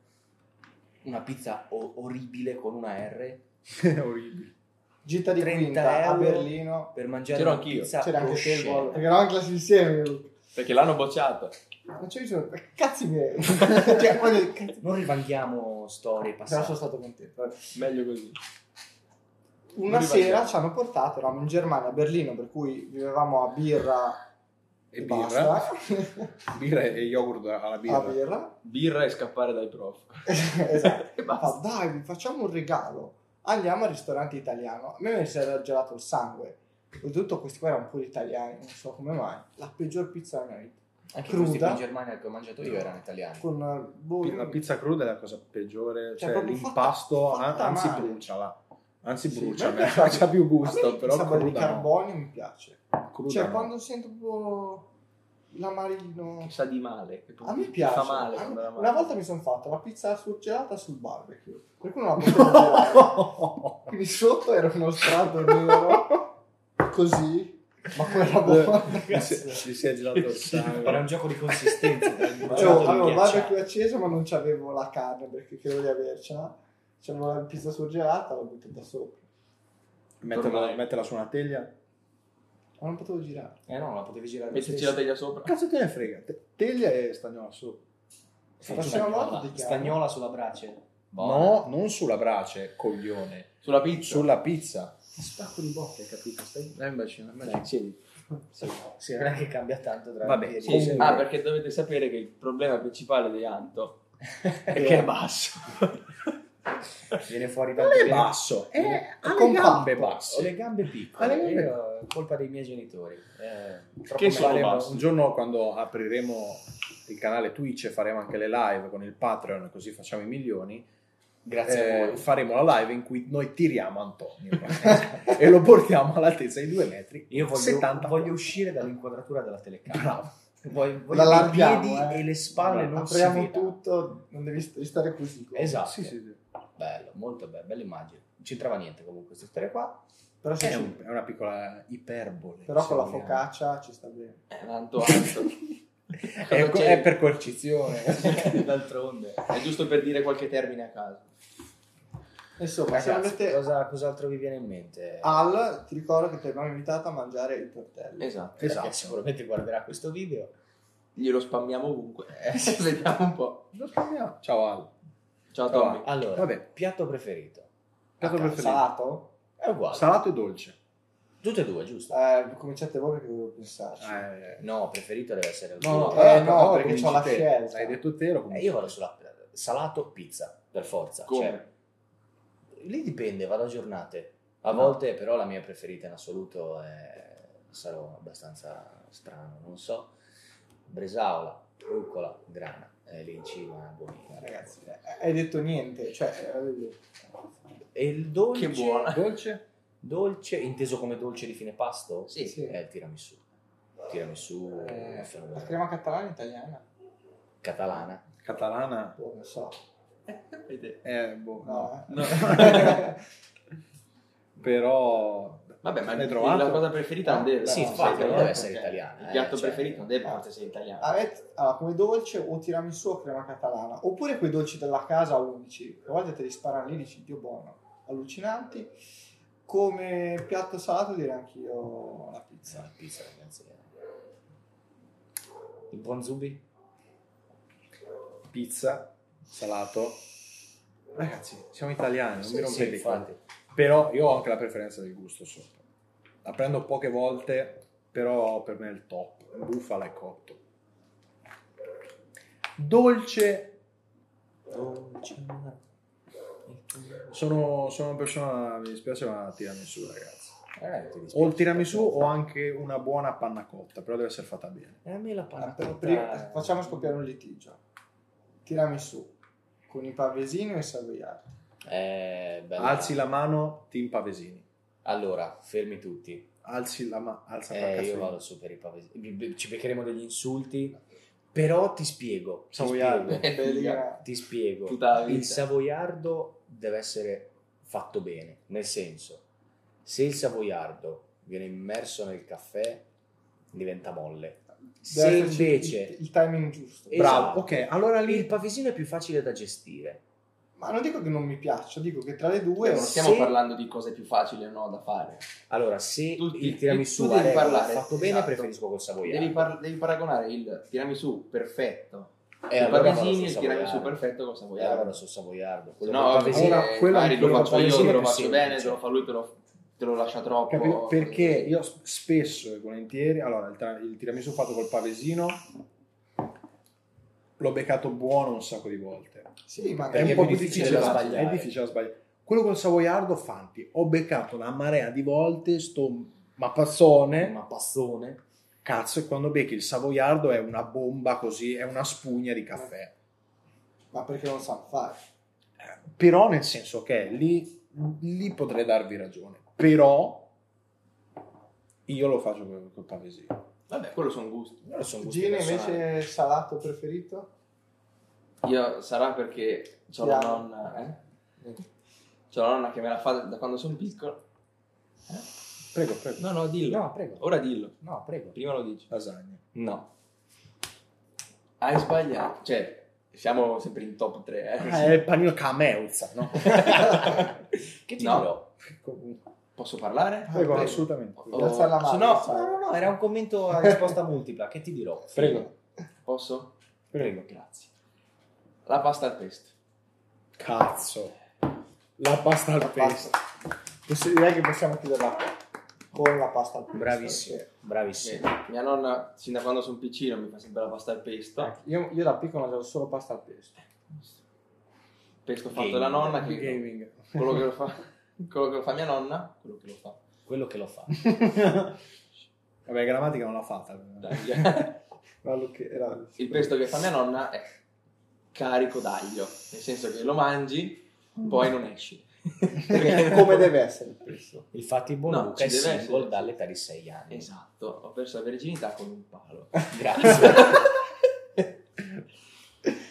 Una pizza o- orribile con una R
È orribile.
Gita di
30
quinta a
euro.
Berlino.
per mangiare
C'ero
una
anch'io.
pizza
C'era anche te il
oscena.
volo. Perché eravamo in classe insieme. Luca.
Perché l'hanno bocciato.
Non c'è bisogno. ma Cazzi miei. cioè, voglio... cazzi-
Non rivanghiamo storie
Però sono
passate.
stato contento. vabbè.
Meglio così.
Una
Non
sera
rimangiamo.
ci hanno portato, eravamo in Germania, a Berlino, per cui vivevamo a birra
E birra.
basta.
Birra e yogurt alla birra.
a birra.
Birra e scappare dai prof.
esatto.
E basta.
Fa, dai, vi facciamo un regalo. Andiamo al ristorante italiano. A me mi si era gelato il sangue. Oltretutto questi qua erano pure italiani, non so come mai. La peggior pizza della mia vita.
Anche
Cruda.
questi qui in Germania che ho mangiato io erano italiani.
Con eh, boh,
La pizza cruda è la cosa peggiore,
Cioè,
cioè,
proprio
l'impasto
fatta- fatta
an- anzi
male.
bruciala. Anzi
Sì,
brucia,
ma-
c'ha più
A me
gusto,
il
però
sapore di
cruda no.
carbonio mi piace.
Cruda
cioè,
no.
quando sento proprio l'amarino...
Che sa di male. Che
A me
ti
piace.
Fa male
A me-
quando la
Una
mangi.
volta mi sono fatto la pizza surgelata sul barbecue. Qualcuno la poteva gelare. Quindi sotto era uno strato nero, così,
Eh,
ma quella Cioè, buona.
Gli si- gli si è girato il
Era un
sangue.
gioco di consistenza.
Ma
Cioè,
certo,
avevo il barbecue
Cioè,
acceso, ma non c'avevo la carne perché credo di avercela. C'avevo la pizza surgelata, l'ho buttata sopra.
Mettela,
Ormai.
mettela su una teglia.
Ma non potevo girare.
eh no, la potevi girare. lo
Metterci
stesso.
la teglia sopra.
Cazzo te ne frega? Te- teglia e stagnola su.
Sì,
La prossima
stagnola-
volta ti chiamo.
Stagnola sulla brace.
No, non sulla brace, coglione.
Sulla pizza.
Sulla pizza.
Ti spacco di bocca, hai capito? Stai...
Eh, invece, invece, siediti.
Sì, non è che cambia tanto tra
Vabbè,
i piedi.
sì, sì.
Ah, perché dovete sapere che il problema principale di Anto è
Ecco.
che è basso.
Viene fuori
Non
tanto.
è
bene.
basso, è ha le
compatto.
gambe
Ho
basse.
le gambe
Ha
piccole.
le gambe-
Io, eh, colpa dei miei genitori. Eh, troppo
Che sono
male-
Faremo-
basse.
un giorno quando apriremo il canale Twitch e faremo anche le live con il Patreon, così facciamo i milioni.
Grazie a
eh,
voi.
faremo la live in cui noi tiriamo Antonio eh, e lo portiamo all'altezza di due metri.
Io voglio,
70.
voglio uscire dall'inquadratura della telecamera. Voglio, voglio i
L'allarghiamo,
piedi
eh.
e le spalle non si
Apriamo
vedano.
tutto, non devi st- stare così.
Esatto.
Sì, sì, sì.
Bello, molto bello, bella immagine. Non c'entrava niente comunque questa storia qua.
Però, se
È,
ci-
un- è una piccola iperbole. diciamo.
però
se
con la
vogliamo.
focaccia ci sta bene.
Eh, Anto, Anto.
È,
Cosa
è
c'è?
per coercizione.
D'altronde.
È giusto per dire qualche termine a caso.
Insomma, se
Ragazzi,
volete
cosa, cos'altro vi viene in mente?
Ah,
Al, ti ricordo che ti abbiamo invitato a mangiare i tortelli.
Esatto.
Perché
esatto.
sicuramente guarderà questo video.
Glielo spammiamo ovunque. Eh, vediamo un po'.
Lo spammiamo. Ciao Al.
Ciao Tommy.
Allora,
Vabbè.
piatto preferito.
Piatto
A casa.
preferito.
Salato?
È uguale.
Ah, Salato e dolce.
Tutte e due,
Ah.
giusto?
Eh, cominciate voi perché devo pensarci.
Eh,
No, preferito deve essere il
no, no,
tuo.
eh,
allora,
no,
allora
perché
cominci
c'ho la
te.
scelta.
L'hai detto te, lo
Eh,
cominci
io
te.
vado sulla salato pizza, per forza.
Come?
Cioè, lì dipende, vado a giornate. A volte però la mia preferita in assoluto è... sarò abbastanza strano, non so. Bresaola, rucola, grana, eh, lì in cima, buonina.
Ragazzi, eh, hai detto niente, cioè,
E il dolce,
Che buona.
dolce?
dolce, inteso come dolce di fine pasto?
Sì.
Sì.
È il tiramisù. Tiramisù, è
Eh,
fenomeno.
la crema catalana è italiana?
catalana.
Catalana?
Boh, non so.
Vedete.
Eh, boh,
No.
no.
No.
Però...
Vabbè, ma
L'hai
il-
trovato?
la cosa preferita non deve
sì,
no,
infatti,
sai,
non
perché
deve essere italiana.
Il
eh,
piatto
cioè,
preferito non deve
Ah.
per forza essere italiano.
A me, allora, come dolce o tiramisù o crema catalana, oppure quei dolci della casa unici, che a volte te li sparano lì dici, Dio buono, allucinanti. Come piatto salato direi anch'io la
Pizza,
pizza.
la pizza, ragazzi. Il buon zubi?
Pizza, salato. Ragazzi, siamo italiani, non mi rompete i coglioni.
infatti.
Però io ho anche la preferenza del gusto sopra. La prendo poche volte, però per me è il top. Bufala e cotto. Dolce,
Dolce.
sono, sono una persona, mi dispiace, ma tiramisù, ragazzi.
Eh, ti dispiace.
O il tiramisù o anche una buona panna cotta, però deve essere fatta bene.
Eh, a me la panna
Ah, per-
cotta-
prima- facciamo scoppiare un litigio. Tiramisù con i pavesini o i savoiardi.
Eh, bella.
Alzi la mano, team Pavesini.
Allora, fermi tutti.
Alzi la mano, alza
Eh,
la
io vado su per i pavesi. Ci beccheremo degli insulti. Però ti spiego. Ti
Savoiardo.
spiego.
Bellina.
Ti spiego.
Tutta la vita.
Il savoiardo deve essere fatto bene, nel senso, se il savoiardo viene immerso nel caffè, diventa molle. Se
Deve esserci
invece
il, il timing giusto.
Eh,
Bravo,
Esatto.
ok, allora lì
il pavesino è più facile da gestire,
Ma non dico che non mi piaccia, dico che tra le due...
non stiamo
se-
parlando di cose più facili o no da fare.
allora se
Tu-
il
tu
tiramisù
devi
a regola
parlare,
è fatto bene,
esatto.
preferisco col
Devi,
savoiardo.
par- devi paragonare il tiramisù perfetto,
e
i
Eh, allora vado
pavesini e il
sul
tiramisù
savoiardo.
perfetto con
E Eh, allora
savoiardo.
vado sul savoiardo.
Se
Quello
no,
col
vabbè,
pavesino-
Allora,
eh,
quello-
magari lo
quello
faccio io,
pavesino
te
è
lo
più
faccio
semplice.
bene, te lo fa lui, te lo, te lo lascia troppo.
Capi- Perché io sp- spesso e volentieri, allora il, tra- il tiramisù fatto col pavesino l'ho beccato buono un sacco di volte.
Sì, ma
È un
Perché
po'
è
più
difficile
difficile da
da
sbagliare. È
sbagliare.
difficile da sbagliare. Quello col savoiardo, Fanti, ho beccato una marea di volte, sto mappazzone.
ma passone.
Cazzo, e quando becchi il savoiardo è una bomba così, è una spugna di caffè.
ma perché non sanno fare?
Eh, Però nel senso che lì, lì potrei darvi ragione. Però io lo faccio col col pavesino.
Vabbè, quello sono gusti.
Allora sono gusti
Gino
personali.
invece salato preferito?
Io sarà perché c'ho la
Piano.
nonna, eh? C'ho la nonna che me la fa da quando sono piccolo.
Prego, prego.
No, no, dillo.
No, prego.
Ora dillo.
No, prego.
Prima lo dici.
Lasagne.
No. Hai sbagliato. Cioè, siamo sempre in top 3, eh?
Ah, è il panino cameuzza, no?
che ti
No.
dirò?
Posso parlare?
Prego,
Ah,
assolutamente.
Oh,
Di alzare la mano,
se no-
sai.
No, no, no, era un commento a risposta multipla. Che ti dirò?
Eh,
Prego.
Posso?
Prego.
Grazie. La pasta al pesto.
Cazzo. La pasta al pesto.
Pasta. Posso- Direi che possiamo chiuderla qua, con la pasta al pesto.
Bravissimo,
Sì.
bravissimo.
Mia nonna, sin da quando sono piccino, mi fa sempre la pasta al pesto.
Perché- Io, io da piccolo mangiavo solo pasta al pesto.
Pesto fatto
Gaming.
dalla nonna, che
Gaming.
quello che lo fa, quello che lo fa mia nonna, quello che lo fa.
Quello che lo fa.
Vabbè, grammatica non l'ha fatta.
Dai.
Bello che era-
Il pesto che fa mia nonna è carico d'aglio, nel senso che lo mangi, poi non esci. Perché-
Come deve essere il pesto.
Infatti il buon
No,
Luca è
ci deve
single
essere.
dall'età di 6 anni.
Esatto, ho perso la virginità con un palo.
Grazie.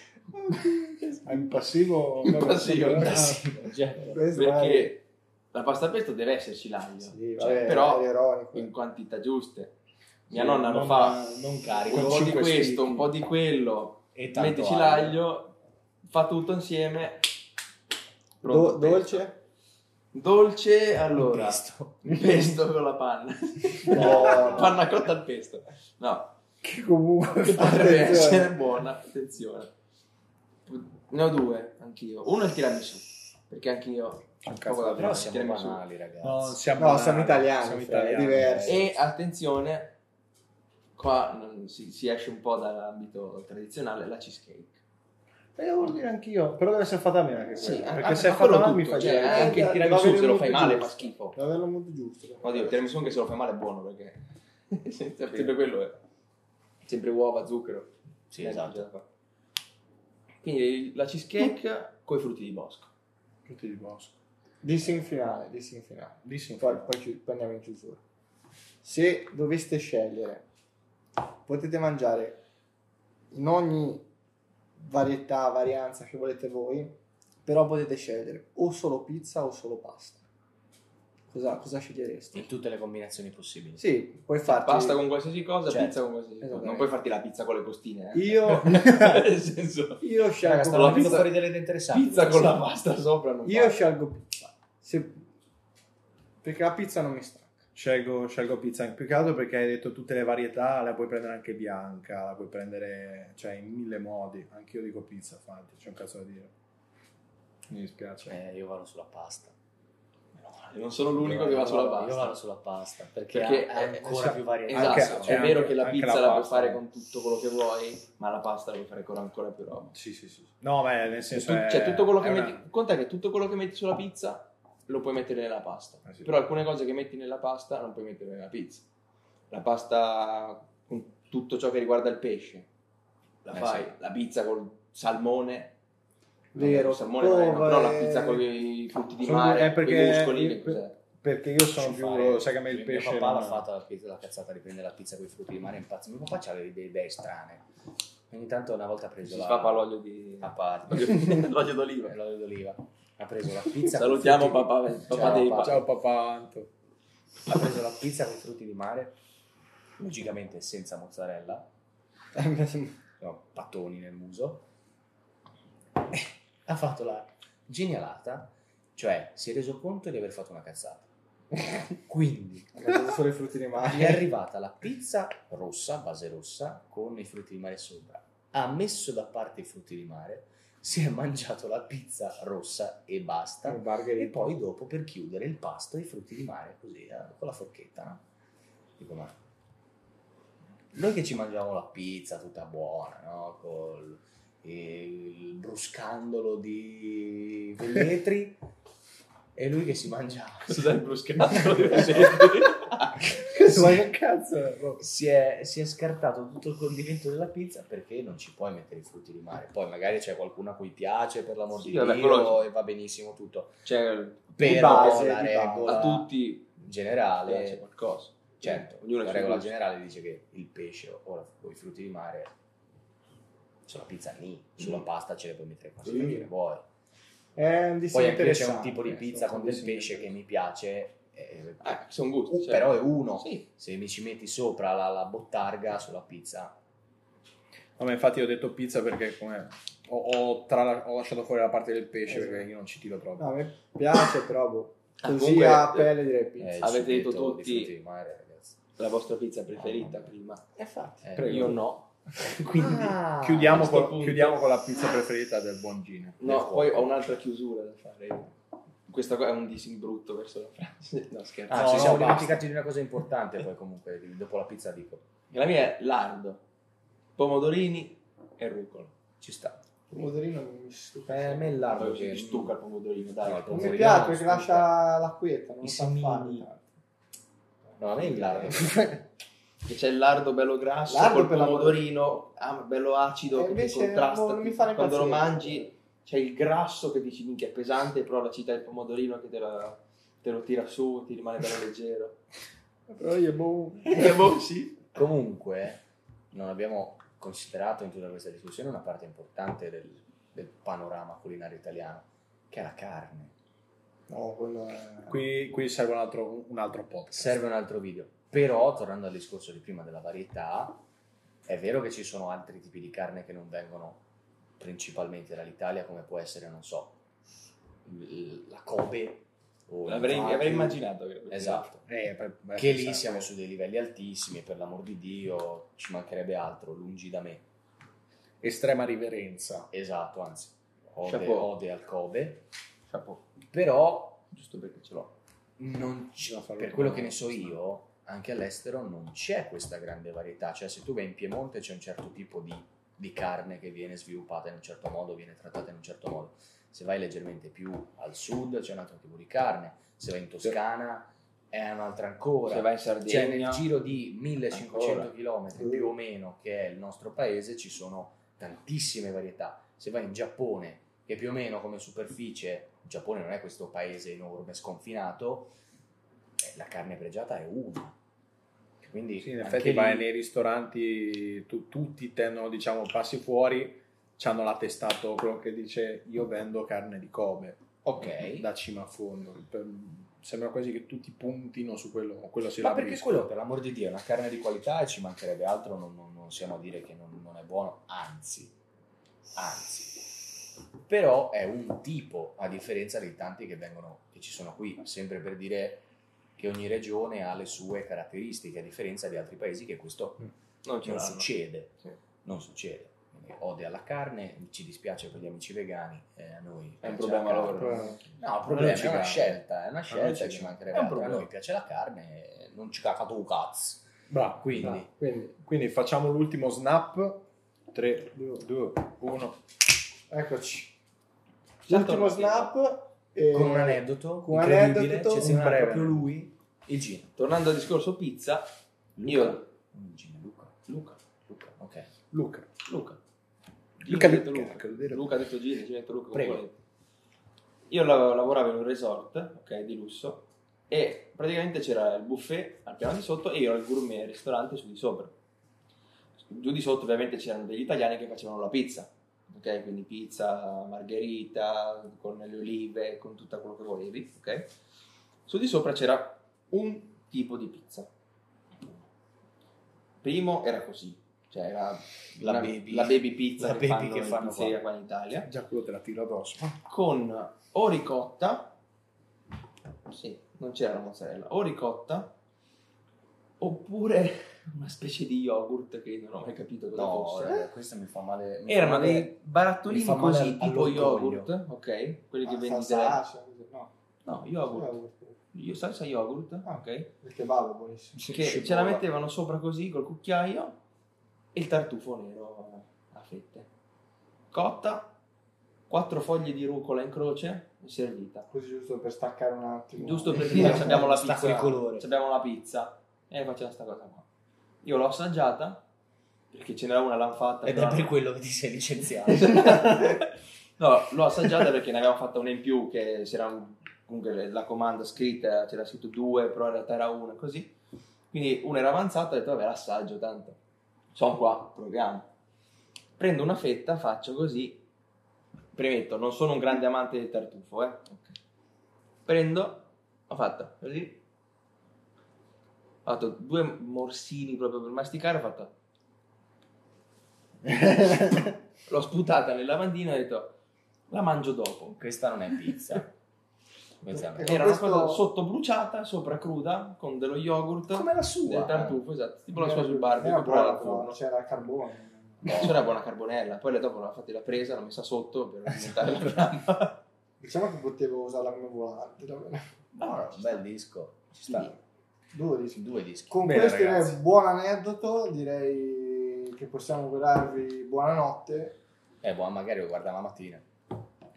È un passivo.
Un passivo, un
Ah,
Grazie. Cioè,
Oh, Questo è-
Perché la pasta al pesto deve esserci l'aglio,
Sì,
Cioè,
vabbè,
però
è ironico.
in
eh.
quantità giuste. Mia
sì,
nonna lo
non-
fa
Non
carico.
un po' di
Cinque
questo,
spicchi.
un po' di quello,
e tanto
mettici
aglio.
l'aglio, fa tutto insieme. Pronto,
Do-
pesto.
dolce?
Dolce,
Un
allora,
pesto.
pesto con la panna.
No.
panna cotta al pesto. No,
Che comunque.
potrebbe
Attenzione.
essere buona, attenzione. Ne ho due, anch'io. Uno è il tiramisù, perché anch'io poco da
Però
fare,
siamo
tiramisù.
banali, ragazzi.
No, siamo,
No, siamo italiani,
siamo
Fra,
italiani.
è diverso.
E attenzione, qua non- si, si esce un po' dall'ambito tradizionale, la cheesecake.
Eh, devo dire anch'io, però deve essere fatta bene anche quella.
an-
perché
an-
se è
ma
fatta
quello
male mi
Eh, tutto,
fa
cioè,
girare.
anche il
Eh,
tiramisù
deve
se lo
avere
fai
il
male
motivo.
fa schifo.
Deve avere il modo giusto.
Oddio, il tiramisù anche se lo fai male è buono perché sempre quello è sempre uova, zucchero.
Sì, esatto.
Qua. Quindi la cheesecake con i frutti di bosco.
Tutti di bosco.
Dissi in finale, dissi in finale.
Lì
Poi, poi chi- poi andiamo in chiusura. Se doveste scegliere, potete mangiare in ogni varietà, varianza che volete voi, però potete scegliere o solo pizza o solo pasta. Cosa, cosa
In
scegliereste?
tutte le combinazioni possibili.
Sì, puoi farti...
Pasta con qualsiasi cosa,
Certo.
pizza con qualsiasi cosa.
Esattamente.
Non puoi farti la pizza con le costine. Eh.
Io,
Nel senso,
io
Raga,
scelgo...
stanno venendo
pizza-
fuori delle idee interessanti.
pizza con la pasta sopra non
Io
va.
scelgo pizza. Se- Perché la pizza non mi stanca.
Scelgo, scelgo pizza più che altro perché hai detto tutte le varietà, la puoi prendere anche bianca, la puoi prendere cioè in mille modi. Anch'io dico pizza, infatti, c'è un cazzo da dire. Mi dispiace.
Eh, io vado sulla pasta.
Meno male, Non sono l'unico che va sulla pasta.
Io vado sulla pasta perché,
Perché
ha
è-
ancora
esatto,
più varietà.
Esatto,
Anche-
è
anche-
vero che la
anche la
pizza la, puoi
pasta.
fare con tutto quello che vuoi, ma la pasta la puoi fare con ancora più roba.
Sì, sì, sì. No, ma è- nel senso
Tu-
è-
cioè, tutto quello che
è una-
metti, conta che tutto quello che metti sulla pizza lo puoi mettere nella pasta.
Ah, sì.
Però alcune cose che metti nella pasta non puoi mettere nella pizza. La pasta con tutto ciò che riguarda il pesce, la
Eh,
fai.
sì.
La pizza col salmone.
Vero,
il salmone magari no,
povere.
però la pizza con i frutti di
Sono-
mare,
è eh, perché,
con i muscoli, che cos'è?
perché io sono
Ci
più...
fare-
sai che a me il
mio
pesce...
papà
non-
l'ha fatta la, pizza- la cazzata di prendere la pizza con i frutti di mare è impazzo. Mio papà c'aveva delle idee strane. Ogni tanto una volta ha preso
Si
la
sfapa l'olio di...
a parte.
l'olio- l'olio d'oliva.
Eh, l'olio d'oliva. Ha preso la pizza con i
Salutiamo
frutti di-
papà,
Esatto. Ciao,
papà dei
papà.
pa-
Ciao papà Anto.
Ha preso la pizza con i frutti di mare, logicamente senza mozzarella, no, pattoni nel muso. ha fatto la genialata, cioè si è reso conto di aver fatto una cazzata. Quindi
Mangiate solo i frutti di
gli è
mare.
arrivata la pizza rossa, base rossa, con i frutti di mare sopra. Ha messo da parte i frutti di mare, si è mangiato la pizza rossa e basta. E
Margherita.
poi dopo per chiudere il pasto i frutti di mare così eh, con la forchetta. no? Dico ma noi che ci mangiavamo la pizza tutta buona, no? Col eh, il bruscandolo di velletri e lui che si mangiava.
Cos'è il bruscato?
Ma che cazzo è? Boh.
Si è, si è scartato tutto il condimento della pizza perché non ci puoi mettere i frutti di mare. Poi magari c'è qualcuno a cui piace per l'amor
Sì,
di
vabbè,
Dio
quello-
e va benissimo tutto.
cioè,
Però
base,
la
di base.
regola
a tutti eh, piace
generale
qualcosa.
Certo,
Ognuno ha
la
i suoi
regola
gusti.
generale dice che il pesce o, la- o i frutti di mare sulla pizza lì, sulla
Mm.
pasta ce le puoi mettere quasi
Mm.
che vuoi.
È un disegno
Poi anche c'è un
interessante, eh,
tipo di pizza
insomma,
con
un
del
disegno
pesce che mi piace, eh,
Eh, sono gusti.
uh,
cioè.
però è uno.
Sì.
Se mi ci metti sopra la, la bottarga sulla pizza,
No, ma infatti io ho detto pizza perché come... Ho, ho trala- ho lasciato fuori la parte del pesce
Esatto.
perché io non ci tiro troppo.
Ah.
No, a me piace, però boh.
Ah,
Così
comunque,
a
eh,
pelle direi pizza.
eh, il
Avete detto
sughetto
tutti-
di frutti di mare, ragazzi. Eh,
La vostra pizza preferita prima.
Infatti,
Prego.
Io no.
Quindi
Ah,
a
chiudiamo,
questo
con,
punto-
chiudiamo con la pizza preferita del buon Gino.
No,
fuoco.
poi ho un'altra chiusura da fare. io. Questa qua è un dissing brutto verso la frase. No, scherzo.
Ah,
No,
ci
no,
siamo
basta.
dimenticati di una cosa importante. Poi, comunque, di- dopo la pizza, dico
La mia è lardo, pomodorini e rucola.
ci sta.
Il pomodorino mi stufa.
Eh, a me il lardo
Poi
che-
mi stucca il pomodorino,
No,
dai.
il
non
pomodorino-
mi
pomodorino
piace
mi
perché
stufa.
lascia la quieta, non
I
sa
semini.
fare.
No, a me il lardo.
Che c'è il lardo bello grasso
Lardo
col
per la-
pomodorino ah, bello acido
E
che
Eh, invece
contrasta.
boh, non mi fa impazzire.
Quando lo mangi c'è il grasso che dici minchia è pesante, però la città del pomodorino che te, la- te lo tira su, ti rimane bello leggero.
Però io boh.
e boh, sì.
Comunque, non abbiamo considerato in tutta questa discussione una parte importante del, del panorama culinario italiano, che è la carne.
No, quello è...
Qui, qui serve un altro, un altro podcast.
Serve un altro video. Però, tornando al discorso di prima della varietà, è vero che ci sono altri tipi di carne che non vengono principalmente dall'Italia, come può essere, non so, il- la Kobe o il
L'avrei,
Wagyu.
avrei immaginato. Che
Esatto.
Eh, per- beh,
che lì
pensare.
siamo su dei livelli altissimi, per l'amor di Dio, ci mancherebbe altro, lungi da me.
Estrema riverenza.
Esatto, anzi, ode,
Chapeau.
ode al Kobe,
Chapeau.
però
Giusto perché ce l'ho.
non c-
Bisogna farlo
per quello che
con-
ne so io, anche all'estero non c'è questa grande varietà, cioè se tu vai in Piemonte c'è un certo tipo di, di carne che viene sviluppata in un certo modo, viene trattata in un certo modo, se vai leggermente più al sud c'è un altro tipo di carne, se vai in Toscana è un'altra ancora.
Se vai in
Cioè,
Sardegna,
nel giro di 1500
Ancora.
km più o meno, che è il nostro paese, ci sono tantissime varietà. Se vai in Giappone, che più o meno come superficie, il Giappone non è questo paese enorme, sconfinato, eh, la carne pregiata è una. Quindi,
Sì, in
anche
effetti
lì-
vai nei ristoranti, tu- tutti tendono, diciamo, passi fuori, hanno l'attestato, quello che dice io vendo carne di Kobe,
Ok,
da cima a fondo. Per- sembra quasi che tutti puntino su quello, quello si
ma perché
rabriscono.
quello, per l'amor di Dio, è una carne di qualità e ci mancherebbe altro, non, non- non siamo a dire che non, non è buono, anzi, anzi. Però è un tipo, a differenza dei tanti che vengono, che ci sono qui, sempre per dire che ogni regione ha le sue caratteristiche, a differenza di altri paesi che questo
non ce
non
l'hanno.
succede.
Sì.
Non succede. Quindi Odio alla carne, ci dispiace per gli amici vegani, eh, a noi
È
piace
un problema
la carne.
loro.
No, il problema
ci
è una
va.
scelta, è una
noi
scelta,
ci
ci
va.
mancherebbe
È un
altro. A
problema.
noi piace la carne, non ci caca tu cazzo.
Bravo.
Quindi,
Ah, quindi,
Quindi facciamo l'ultimo snap. 3, 2, 1.
eccoci.
Certo.
Già
L'ultimo
torna,
snap. eh,
con un aneddoto,
con un
incredibile,
aneddoto,
c'è
un
sempre
breve.
proprio lui, il Gino.
Tornando al discorso pizza, io...
Il Gino, Luca.
Luca,
Luca, ok.
Luca. Luca,
Luca. Luca, detto
Luca, Luca,
Luca.
Luca.
Luca ha detto Gino, Gino ha detto Luca. come
Prego.
volete. Io la- lavoravo in un resort, ok, di lusso, e praticamente c'era il buffet al piano di sotto e io ero il gourmet al ristorante su di sopra. Giù di sotto ovviamente c'erano degli italiani che facevano la pizza, ok, quindi pizza, margherita, con le olive, con tutto quello che volevi, ok. Su di sopra c'era un tipo di pizza. Primo era così, cioè era
La
la,
baby-
baby, la baby pizza
la baby
che, fanno
che
in
fanno
pizzeria
qua.
qua in Italia
Eh, Già quello te la tiro addosso.
con o ricotta sì, non c'era la mozzarella o ricotta oppure una specie di yogurt che non ho mai capito cosa
No,
fosse
eh, questo mi fa male. mi fa
erano
male-
dei barattolini
mi fa male
così
all-
tipo
all'orgoglio.
yogurt ok quelli che
ah,
vendi dalla-
salsa, no,
no yogurt
yogurt.
io salsa yogurt
Ah.
ok
Il kebab è buonissimo.
che ce la mettevano sopra così col cucchiaio e il tartufo nero a fette cotta quattro foglie di rucola in croce e servita
Così giusto per staccare un attimo.
giusto per dire ci abbiamo la pizza Cioè,
Stacco di colore.
ci abbiamo la pizza e faceva sta cosa qua io l'ho assaggiata perché ce n'era una lanfata
Ed
però
è per
no.
quello che ti sei licenziato.
no l'ho assaggiata perché ne avevamo fatta una in più che c'era un- comunque le- la comanda scritta c'era scritto due però in realtà era una così quindi una era avanzata ho detto vabbè l'assaggio tanto sono qua proviamo prendo una fetta faccio così premetto non sono un grande amante del tartufo eh prendo ho fatto così ho fatto due morsini proprio per masticare ho fatto l'ho sputata nel lavandino e ho detto la mangio dopo
Questa non è pizza. Questa è una-
Eh,
era una
questo-
cosa sotto bruciata sopra cruda con dello yogurt
Come la
del
sua.
tartufo esatto tipo la sua sul
Era
barbecue però
buona,
al forno
però Eh, C'era il carbone.
c'era una buona carbonella poi dopo l'ho fatta la presa l'ho messa sotto per aumentare la fiamma
Diciamo che potevo usarla come volante. davvero.
No, no, bel disco. Ci sta.
Due dischi.
Due dischi.
Con
Bene,
questo
ragazzi.
direi buon aneddoto, direi che possiamo augurarvi buonanotte.
Eh, boh, magari lo guarda la mattina.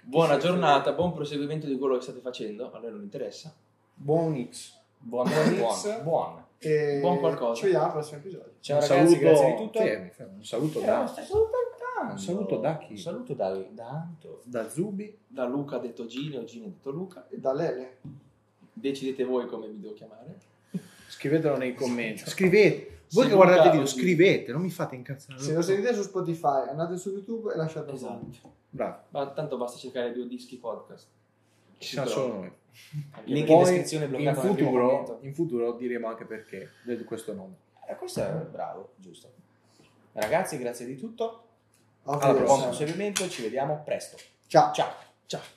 buona giornata buon proseguimento di quello che state facendo a noi non interessa
Buon X.
Buon,
Buon
buon,
X.
buon.
E
Buon qualcosa.
Ci vediamo al prossimo episodio.
Ciao
un
ragazzi,
saluto...
grazie di tutto.
Fermi, fermi. Un saluto
Eh, no,
da,
stai salutando.
Un saluto da chi?
Un saluto da, da Anto.
da Zubi.
da Luca detto Gino Gino detto Luca
E da Lele.
decidete voi come vi devo chiamare
Scrivetelo nei commenti. Scrivete.
Sì,
Voi che
Luca,
guardate il video,
Zubi.
scrivete, non mi fate incazzare.
Se lo sentite su Spotify, andate su YouTube e lasciate un commento.
esatto
Bravo,
ma tanto basta cercare due dischi podcast
ci siamo solo noi.
Link in
Poi,
descrizione bloccato
in
nel primo
futuro,
commento.
in futuro diremo anche perché del- questo nome.
Eh, questo è bravo, giusto. Ragazzi, grazie di tutto.
Alla
Alla
Buon
prossima.
proseguimento, ci vediamo presto.
Ciao.
Ciao. Ciao.